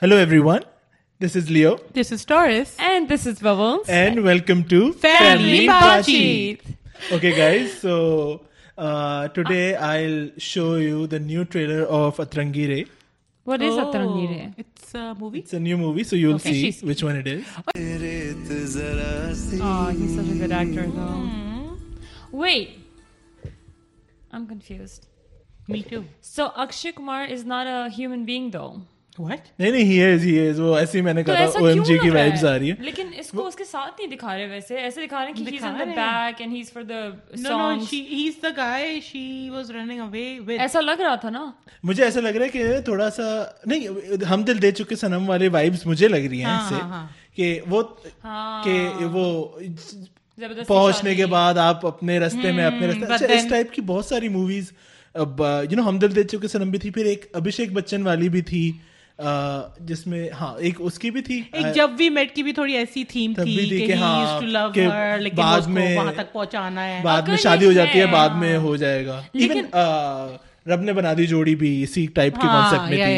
Hello, everyone. This is Leo, This is Doris. And this is Bubbles. and welcome to Family Baatcheet. Okay, guys. So uh, today I'll show you the new trailer of Atrangi Re. What is Atrangi Re? Oh, It's a movie. It's a new movie, so you'll Okay, see she's- which one it is. Oh, he's such a good actor though. Wait. I'm confused. Me too. So Akshay Kumar is not a human being though. What? نہیں نہیں he is he is وہ ایسی میں نے تو کہا ایسا O M کیوں جی کی لگ رہا وائبز آ رہی ہے ہے لیکن اس کو اس کے ساتھ نہیں دکھا رہے ویسے ایسے دکھا رہے ہیں کہ he's دکھا in the رہے ہیں۔ back and he's for the No, no. songs She. He's the guy she was running away with. ایسا لگ رہا تھا نا مجھے ایسا لگ رہا ہے کہ تھوڑا سا نہیں ہم دل دے چکے سنم والے وائبز مجھے لگ رہی ہیں اس سے کہ وہ کہ وہ زبردست پہنچنے کے بعد آپ اپنے رستے میں اپنے رستے اچھا اس ٹائپ کی بہت ساری موویز یو نو ہمدل دے چکے سنم بھی تھی پھر ایک ابھیشیک بچن والی بھی تھی جس میں ہاں ایک اس کی بھی تھی ایک جب بھی میٹ کی بھی تھوڑی ایسی تھیم تب بھی تھی تھی کہ کہ he ہاں، used to love کہ her، لیکن بعد اس کو میں- وہاں تک پہنچانا ہے بعد میں شادی ہو جاتی ہے بعد میں ہو جائے گا ایون رب نے بنا دی جوڑی بھی اسی ٹائپ ہاں، کے کانسیپٹ میں تھی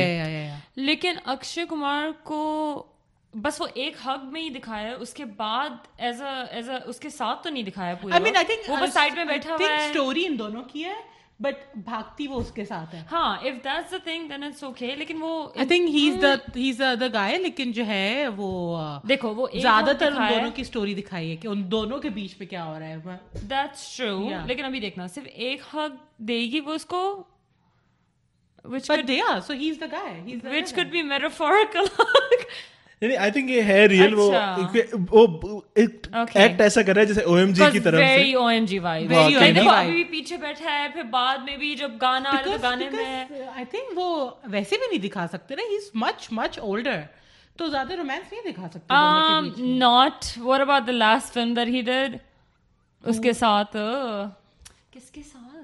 لیکن اکشے کمار کو بس وہ ایک حق میں ہی دکھایا ہے اس کے بعد ایز ایز اس کے ساتھ تو نہیں دکھایا پورا وہ بس سائڈ میں بیٹھا ہوا ہے اسٹوری ان دونوں کی ہے بٹ بھاگتی وہ اس کے ساتھ ہے ہاں if that's the thing then it's okay لیکن وہ I think has the he's the other guy لیکن جو ہے وہ دیکھو وہ ایک زیادہ حق تر ان دکھایا ہے۔ دونوں کی اسٹوری دکھائی ہے کہ ان دونوں کے بیچ میں کیا ہو رہا ہے That's true. Yeah. لیکن ابھی دیکھنا صرف ایک حق دے گی وہ اس کو which But yeah, so he's the guy. He's the which guy. Could be metaphorical نہیں آئی تھنک یعنی یہ ہے ریئل وہ ایکٹ ایسا کر رہا ہے جیسے او ایم جی کی طرف سے very O M G vibe Very OMG دیکھو vibe. ابھی بھی پیچھے بیٹھا ہے پھر بعد میں بھی جب گانا آ رہا ہے تو گانے میں آئی تھنک وہ ویسے بھی نہیں دکھا سکتے نا he is much much older تو زیادہ رومانس نہیں دکھا سکتے دونوں Um, کے بیچ میں۔ Not what about the last film there he dead اس کے ساتھ کس کے ساتھ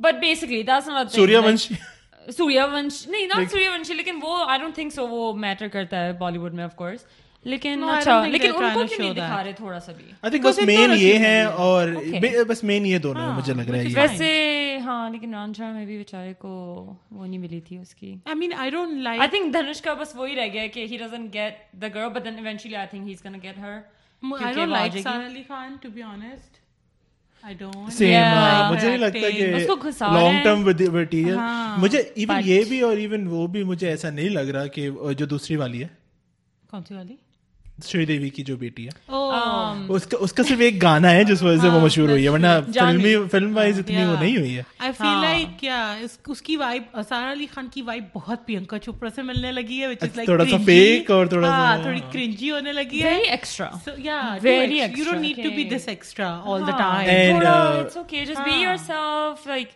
but basically that's not Surya ونشی Suryavansh نہیں ناٹ سوریا ونشی لیکن وہ آئی ڈونٹ تھنک سو وہ میٹر کرتا ہے بالی ووڈ میں آف کورس لیکن No, I don't اچھا think لیکن they're ان trying کو to کیوں نہیں show that. دکھا رہے تھوڑا سا بھی آئی تھنک بس مین یہ ہیں اور بس مین یہ دونوں مجھے لگ رہا ہے ویسے ہاں لیکن رانجھا میں بھی بیچارے کو وہ نہیں ملی تھی اس کی I mean, I don't like- I think Dhanush کا بس وہی رہ گیا کہ he doesn't get the girl but then eventually I think he is gonna get her I don't like Sara Ali Khan, to be honest. I don't. Same ہاں، مجھے نہیں لگتا کہ لانگ ٹرم مٹیریل مجھے ایون یہ بھی اور even وہ بھی مجھے ایسا نہیں لگ رہا کہ جو دوسری والی ہے کون سی والی شری دیوی کی جو بیٹی ہے Oh. اس کا صرف ایک گانا ہے جس وجہ سے وہ مشہور ہوئی ہے ورنہ فلمی فلم وائز اتنی وہ نہیں ہوئی ہے I feel like, yeah, اس- اس کی vibe- سارا علی خان کی وائب بہت پینکا چوپڑا سے ملنے لگی ہے which is like تھوڑا سا cringy. fake اور تھوڑا سا- ہاں، تھوڑی کرنجی ہونے لگی ہے very extra So, yeah, too Very extra. You extra, don't need to be okay. this extra all the time. And, uh, it's okay just be yourself like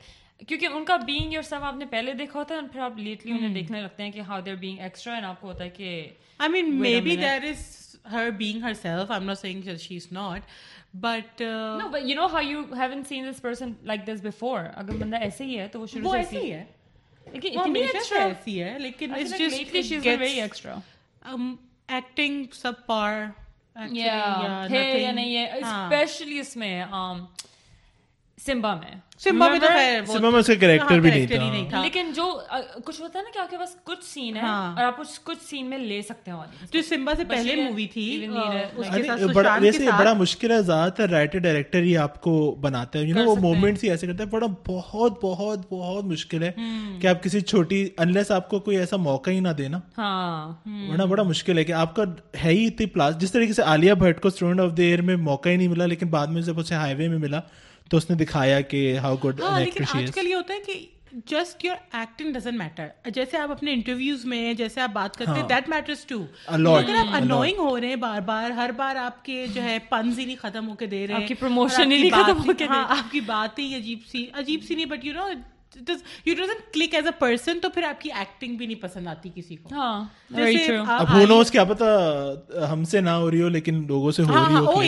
کیونکہ ان کا بینگ یور سیلف آپ نے پہلے دیکھا ہوتا ہے اور پھر آپ لیٹلی Hmm. انہیں دیکھنے لگتے ہیں کہ how they're being extra and آپ کو ہوتا ہے کہ I mean, Wait a maybe minute. that is her being herself. I'm not saying that she's not, but uh, no but you know how you have seen this person like this before اگر بندہ ایسے ہی ہے تو وہ شروع وہ سے ایسی ایسے ہی ہے لیکن وہ اتنی ہمیشہ سے ایکسٹرا ایسی ہے لیکن it's just lately it she is gets, very extra um, acting subpar. Actually, yeah, um, یا nothing. نہیں ہے ہاں. اسپیشلی اس میں سمبا میں سمبا میں تو Remember? خیر وہ- سما میں اس کا کریکٹر ہاں، بھی character ہی نہیں تھا لیکن جو uh, کچھ ہوتا ہے نا کہ آپ کے پاس کچھ سین ہے اور آپ کچھ سین میں لے سکتے ہیں جو سمبا سے پہلے مووی تھی even uh, needed, اس کے ساتھ سشانت کے ویسے ساتھ یعنی بڑا مشکل ہے زیادہ تر رائٹر ڈائریکٹر ہی آپ کو بناتا ہے یو نو وہ موومنٹس ہی ایسے کرتا ہے بڑا بہت بہت بہت مشکل ہے کہ آپ کسی چھوٹی انلیس آپ کو کوئی ایسا موقع ہی نہ دینا ہاں ورنہ بڑا مشکل ہے کہ آپ کا ہے ہی اتنی پلاس جس طریقے سے عالیہ بھٹ کو اسٹوڈنٹ آف دا ایئر میں موقع ہی نہیں ملا لیکن بعد میں جب اسے ہائی وے میں ملا تو اس نے دکھایا کہ ہاؤ گڈ ہاں لیکن آج از کل یہ ہوتا ہے کہ just your acting doesn't matter جیسے آپ اپنے انٹرویوز میں جیسے آپ بات کرتے ہیں that matters to A lot, اگر آپ انوائنگ ہو رہے ہیں بار بار ہر بار آپ کے جو ہے پنز ہی نہیں ختم ہو کے دے رہے ہاں آپ کی بات ہی عجیب سی عجیب سی نہیں but you know you doesn't click as a person تو پھر آپ کی ایکٹنگ بھی نہیں پسند آتی کسی کو ہاں اب ہو نوز کیا پتا ہم سے نہ ہو رہی ہو لیکن لوگوں سے ہاں، ہو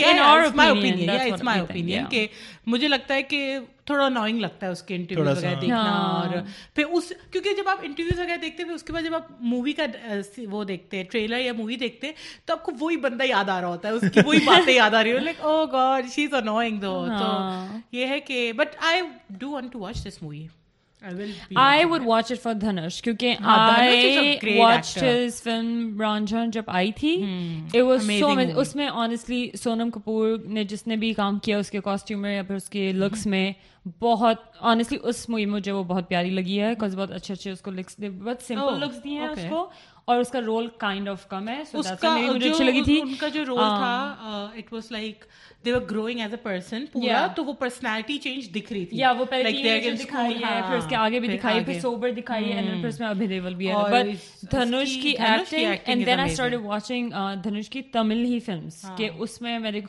رہی ہو مجھے لگتا ہے کہ تھوڑا انوائنگ لگتا ہے اس کے انٹرویو وغیرہ دیکھنا اور پھر اس کیونکہ جب آپ انٹرویوز وغیرہ دیکھتے ہیں اس کے بعد جب آپ مووی کا وہ دیکھتے ہیں ٹریلر یا مووی دیکھتے ہیں تو آپ کو وہی بندہ یاد آ رہا ہوتا ہے اس کی وہی باتیں یاد آ رہی oh ہو like oh God she is annoying though تو یہ ہے کہ but I do want to watch this movie I would watch it for Dhanush کیونکہ آئی واچ فلم رانجھا جب آئی تھی اس میں آنےسٹلی سونم کپور نے جس نے بھی کام کیا اس کے کاسٹیوم میں یا پھر اس کے لکس میں بہت آنےسٹلی اس مووی مجھے وہ بہت پیاری لگی ہے بیکاز بہت اچھے اچھے اس کو لکس بہت سمپل لکس دیے ہیں اس کو اور اس کا رول کائنڈ آف کم ہے مجھے اچھی لگی تھی ہاں۔ ان کا جو رول Ah. تھا uh, it was like they were growing as a person پورا تو وہ پرسنالٹی چینج دکھ رہی تھی یا وہ پہلے ٹین دکھائی ہے ہاں، پھر اس کے آگے بھی دکھائی ہاں۔ پھر سوبر دکھائی ہے پھر اس میں اویلیبل بھی ہے بٹ دھنوش کی acting and then I start watching Dhanush کی تمل ہی فلمس کہ اس میں میں نے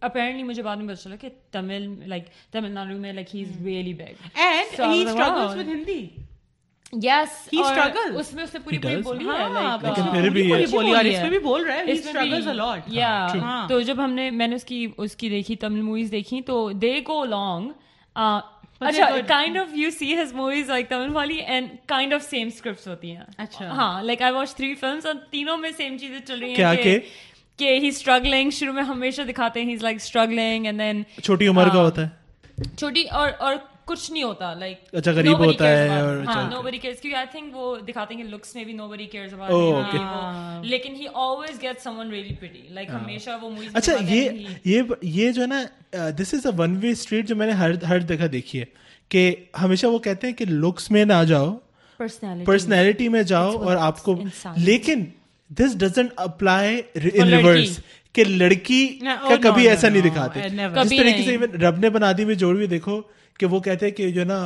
اپیرنٹلی مجھے بعد میں پتا چلا کہ تمل لائک تمل ناڈو میں like he is really big and he struggles with Hindi yes he struggle اس میں اس نے پوری پوری بولی ہاں۔ ہاں۔ ہے بھی بول رہا ہے یا ہاں، تو جب ہم نے میں نے اس کی اس کی دیکھی تمل موویز دیکھی تو دے گو لانگ اچھا kind of you see has movies like Tamil والی and kind of same scripts ہوتی ہیں اچھا ہاں like I watch three films اور تینوں میں سیم چیزیں چل رہی ہیں کہ ہی اسٹرگلنگ شروع میں ہمیشہ دکھاتے ہیں he is like struggling and then چھوٹی عمر ہاں۔ کا ہوتا ہے چھوٹی اور اور کچھ نہیں ہوتا لائک اچھا غریب ہوتا ہے ہاں نو بری کیئرز کیونکہ آئی تھنک وہ دکھاتے ہیں لکس میں بھی نو بری کیئرز Oh, اباؤٹ ہاں، لیکن he always get someone really pretty like ہمیشہ وہ موویز ہاں۔ اچھا یہ یہ یہ جو ہے نا this is a one way street جو میں نے ہر ہر جگہ دیکھی ہے کہ ہمیشہ وہ کہتے ہیں کہ لکس میں نہ جاؤ پرسنالٹی میں جاؤ اور آپ کو لیکن this doesn't apply in reverse کہ لڑکی کا کبھی ایسا نہیں دکھاتے جس طریقے سے رب نے بنا دی میں جوڑ بھی دیکھو کہ وہ کہتے ہیں کہ جو نا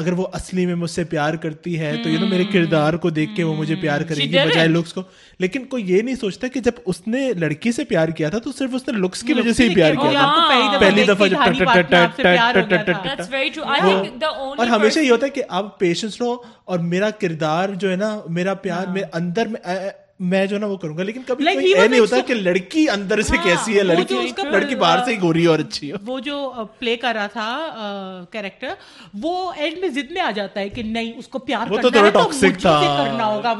اگر وہ اصلی میں مجھ سے پیار کرتی ہے تو یو نا میرے کردار کو دیکھ کے وہ مجھے پیار کرے گی بجائے لکس کو لیکن کوئی یہ نہیں سوچتا کہ جب اس نے لڑکی سے پیار کیا تھا تو صرف اس نے لکس کی وجہ سے ہی پیار کیا ہاں، تھا پہلی دفعہ اور ہمیشہ یہ ہوتا ہے کہ آپ پیشنس رہو اور میرا کردار جو ہے نا میرا پیار میرے اندر میں میں جو نا وہ کروں گا لیکن کبھی نہیں ہوتا کہ لڑکی اندر سے کیسی ہے لڑکی لڑکی باہر سے ہی گوری اور اچھی ہے وہ جو پلے کر رہا تھا کیریکٹر وہ اینڈ میں ضد میں آ جاتا ہے کہ نہیں اس کو پیار وہ تو تھوڑا ٹاکسک تھا کرنا ہوگا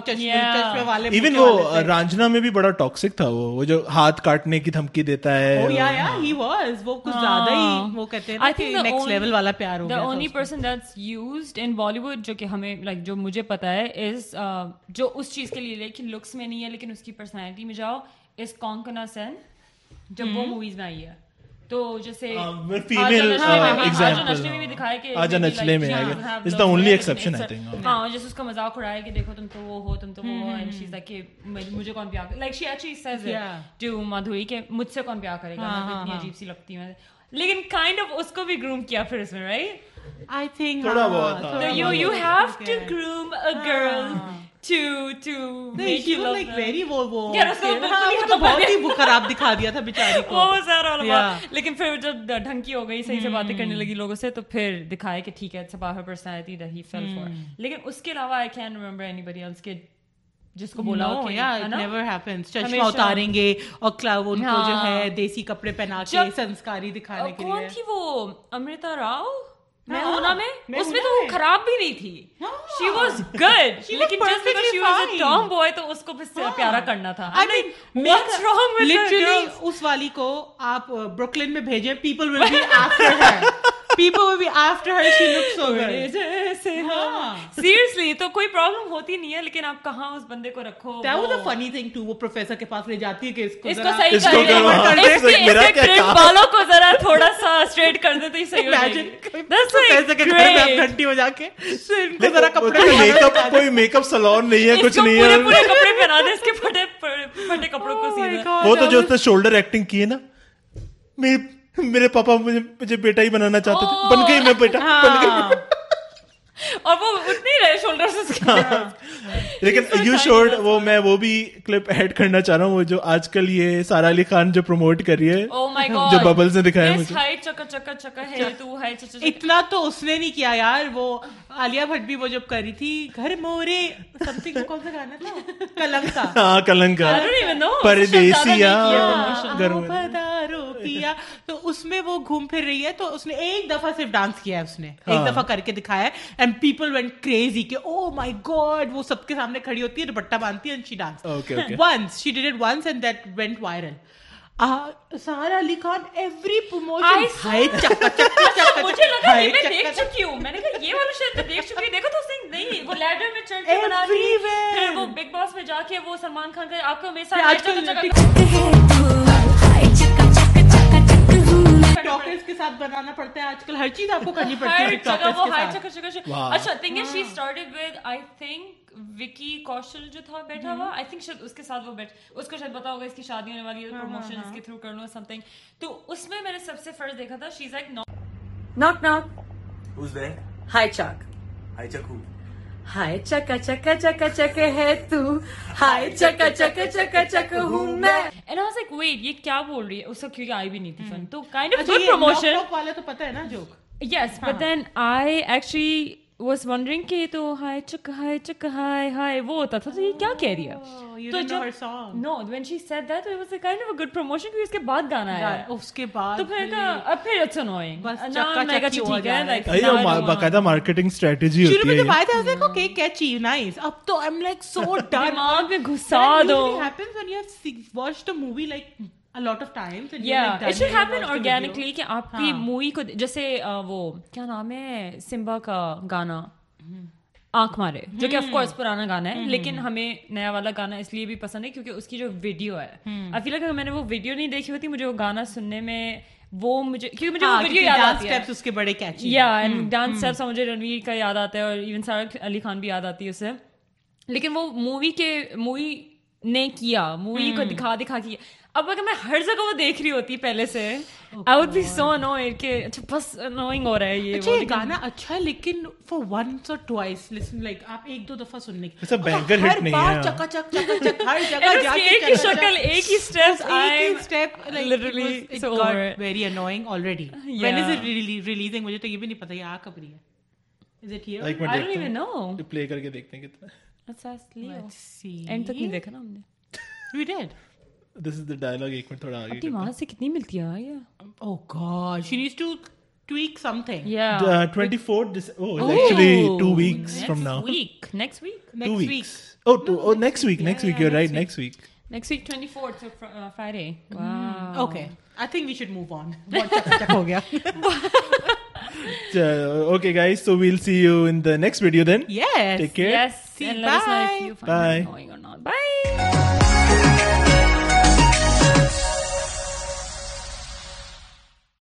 والے ایون وہ رانجنا میں بھی بڑا ٹاکسک تھا وہ جو ہاتھ کاٹنے کی دھمکی دیتا ہے ہی واز وہ کچھ زیادہ Ah. ہی وہ کہتے ہیں کہ نیکسٹ لیول والا پیار ہو گیا only person that's used in Bollywood جو کہ ہمیں لائک جو مجھے پتا ہے از جو اس چیز کے لیے لیکن لکس میں نہیں ہے لیکن اس کی پرسنالٹی میں جاؤ اس کونکنا سین جب وہ موویز میں آئی ہے تو جیسے ہاں، اس کا مذاق اڑایا کہ دیکھو تم تو وہ ہو تم تو وہ مجھے کون پیار لائک شی ایکچولی جو مادھوری کہ مجھ سے کون پیار کرے گا اتنی عجیب سی لگتی ہوں لیکن کائنڈ آف اس کو بھی گروم کیا پھر اس میں رائٹ آئی تھنک ہاں۔ You you have to groom a girl ہاں، لیکن پھر جب ڈھنکی ہو گئی صحیح سے باتیں کرنے لگی لوگوں سے تو پھر دکھائے کہ ٹھیک ہے پرسنالٹی رہی لیکن اس کے علاوہ آئی کین ریمبر اینی بڑی else کے جس کو بولا چشمہ اتاریں گے اور کلب ان کو جو ہے دیسی کپڑے پہنا کے سنسکاری دکھانے کے لیے تھی وہ امرتا راؤ میں ہونا میں اس میں ہاں۔ تو وہ خراب بھی نہیں تھی شی واز گڈ لیکن جس میں she was a tomboy تو اس کو پھر پیارا کرنا تھا I mean what's wrong with literally اس والی کو آپ بروکلن میں بھیجیں people will be after her people will be after her she looks so good جیسے ہاں سیریسلی تو کوئی پرابلم ہوتی نہیں ہے لیکن آپ کہاں اس بندے کو رکھو that was a funny thing to وہ پروفیسر کے پاس لے جاتی ہے کہ اس کو اس کو صحیح کر دے اس کے کرم بالوں کو ذرا تھوڑا سا اسٹریٹ کر دے تو یہ صحیح ہو جائے گا Oh Oh شولڈر ایکٹنگ کی ہے نا میرے پاپا مجھے بیٹا ہی بنانا چاہتے تھے بن گئی میں ہاں، بیٹا اور وہ اتنی رہے ہاں۔ شولڈر لیکن یو شورڈ وہ میں وہ بھی کلپ ایڈ کرنا چاہ رہا ہوں وہ جو آج کل یہ سارا علی خان جو پروموٹ کر رہی ہے Oh Oh جو ببلز نے دکھایا مجھے اتنا تو اس نے نہیں کیا یار وہ عالیہ بھٹ بھی وہ جب کری تھی گھر مورے سم تھنگ کون سا گانا تھا کلنگ کا ہاں کلنگ کا پردیسیا ہاں۔ کیا تو اس میں وہ گھوم پھر رہی ہے تو اس نے ایک دفعہ صرف ڈانس کیا ہے اس نے ایک دفعہ کر کے دکھایا ہے اینڈ پیپل وینٹ کریزی کہ او مائی گاڈ وہ سب کے سامنے کھڑی ہوتی ہے دوپٹہ باندھتی ہے and she dance once she did it once and that went viral Sara Ali Khan every I saw- promotion مجھے لگا کہ میں دیکھ چکی ہوں میں نے کہا یہ والا شاید میں دیکھ چکی ہوں دیکھو تو اس نے نہیں وہ لیڈر میں چڑھ کے بنا دی Everywhere. پھر وہ بگ باس میں جا کے وہ سلمان خان کا آپ کو میرے پھر آج ساتھ کل جگہ ڈاکٹرز کے ساتھ بنانا پڑتا ہے آج کل ہر چیز آپ کو کرنی پڑتی ہر ہے جگہ وہ ہر ڈاکٹرز چکر کے چکر چکر Wow. اچھا تھنگ ہے she started with I think Vicky Kaushal جو تھا بیٹھا Mm-hmm. ہوا آئی تھنک شاید اس کے ساتھ وہ بیٹھ اس کو شاید پتا ہوگا اس کی شادی ہونے والی ہے Mm-hmm, پروموشن اس کے تھرو کر لوں سم تھنگ تو اس میں میں نے سب سے فرسٹ دیکھا تھا she is like Knock knock. Who's there? Hi Chuck. Hi, Chaku. Hi chaka chaka chaka chaka hai tu. Hi chaka chaka chaka chaka हूँ मैं. And I was like wait یہ کیا بول رہی ہے اس وقت کیونکہ آئی بھی نہیں تھی فن تو کائنڈ آف اچھا گڈ یہ پروموشن ٹاپ والا تو پتہ ہے نا joke yes but then I actually was wondering کہ یہ تو ہائے چک ہائے چک ہائے ہائے وہ ہوتا تھا تو یہ کیا کہہ رہی ہے Oh, you didn't تو know جب her song. No when she said that it was a kind of a good promotion کیونکہ اس کے بعد گانا آیا ہے اس کے بعد تو پھر کہا اب پھر اٹس انوئنگ بس بس چکا میں کہا چکی ہو ٹھیک جا ہے رہا ہے۔ لائک یہ باقاعدہ مارکیٹنگ اسٹریٹجی شروع ہوتی میں ہے جب آیا تھا دیکھو کہ کیچی نائس اب تو I am like so done دماغ میں گھسا دو happens when you have watched a movie like a lot of times and you're like it done, should you ہاں۔ Happen watched the organically video. کہ آپ کی مووی کو جیسے وہ کیا نام ہے سمبا کا گانا آنکھ مارے جو کہ آف کورس پرانا گانا ہے لیکن ہمیں نیا والا گانا اس لیے بھی پسند ہے کیونکہ اس کی جو ویڈیو ہے آئی فیل اگر میں نے وہ ویڈیو نہیں دیکھی ہوتی مجھے وہ گانا سننے میں وہ مجھے کیونکہ مجھے وہ ہاں، ویڈیو کیونکہ یاد dance آتی ہے steps اس کے بڑے catchy ہیں۔ یا اینڈ ڈانس اسٹیپس مجھے رنویر کا یاد آتا ہے اور ایون سارا علی خان بھی یاد آتی ہے اسے لیکن وہ مووی کے مووی نے کیا مووی کو دکھا دکھا کے اب اگر میں ہر جگہ وہ دیکھ رہی ہوتی پہلے سے آئی وڈ بی سو انوئڈ کہ اچھا بس انوئنگ ہو رہا ہے یہ اچھا یہ گانا اچھا ہے لیکن فار ونس اور ٹوائس لسن لائک آپ ایک دو دفعہ سننے It's a banger hit نہیں ہے۔ ہاں۔ چکا چک چکا چک ہر جگہ جا کے ایک ہی چکا چک۔ شکل ایک ہی بس ایک ہی steps step, like, it literally was- it it's got over. very annoying already. When Yeah. is it really- releasing? مجھے تو یہ بھی نہیں پتا یہ آ کب رہی ہے Is it here? لائک میں آئی ڈونٹ دیکھتا ایون نو ہوں پلے کر کے دیکھتے ہیں کتنا اچھا لیو Let's see. اینڈ تک نہیں دیکھا نا ہم نے We did. This is the dialogue ایک منٹ تھوڑا آگے اپنی وہاں سے کتنی ملتی ہے یہ Oh God, she needs to tweak something. یا twenty four actually two weeks from now week next week to Oh. Next week. Weeks oh next week next week you right next week next week twenty fourth Friday واہ Okay. I think we should move on. بہت چکا چک ہو گیا. Okay guys so we'll see you in the next video then Yes. Take care Yes. See, and let us know bye. if you find Bye. it annoying or not. Bye.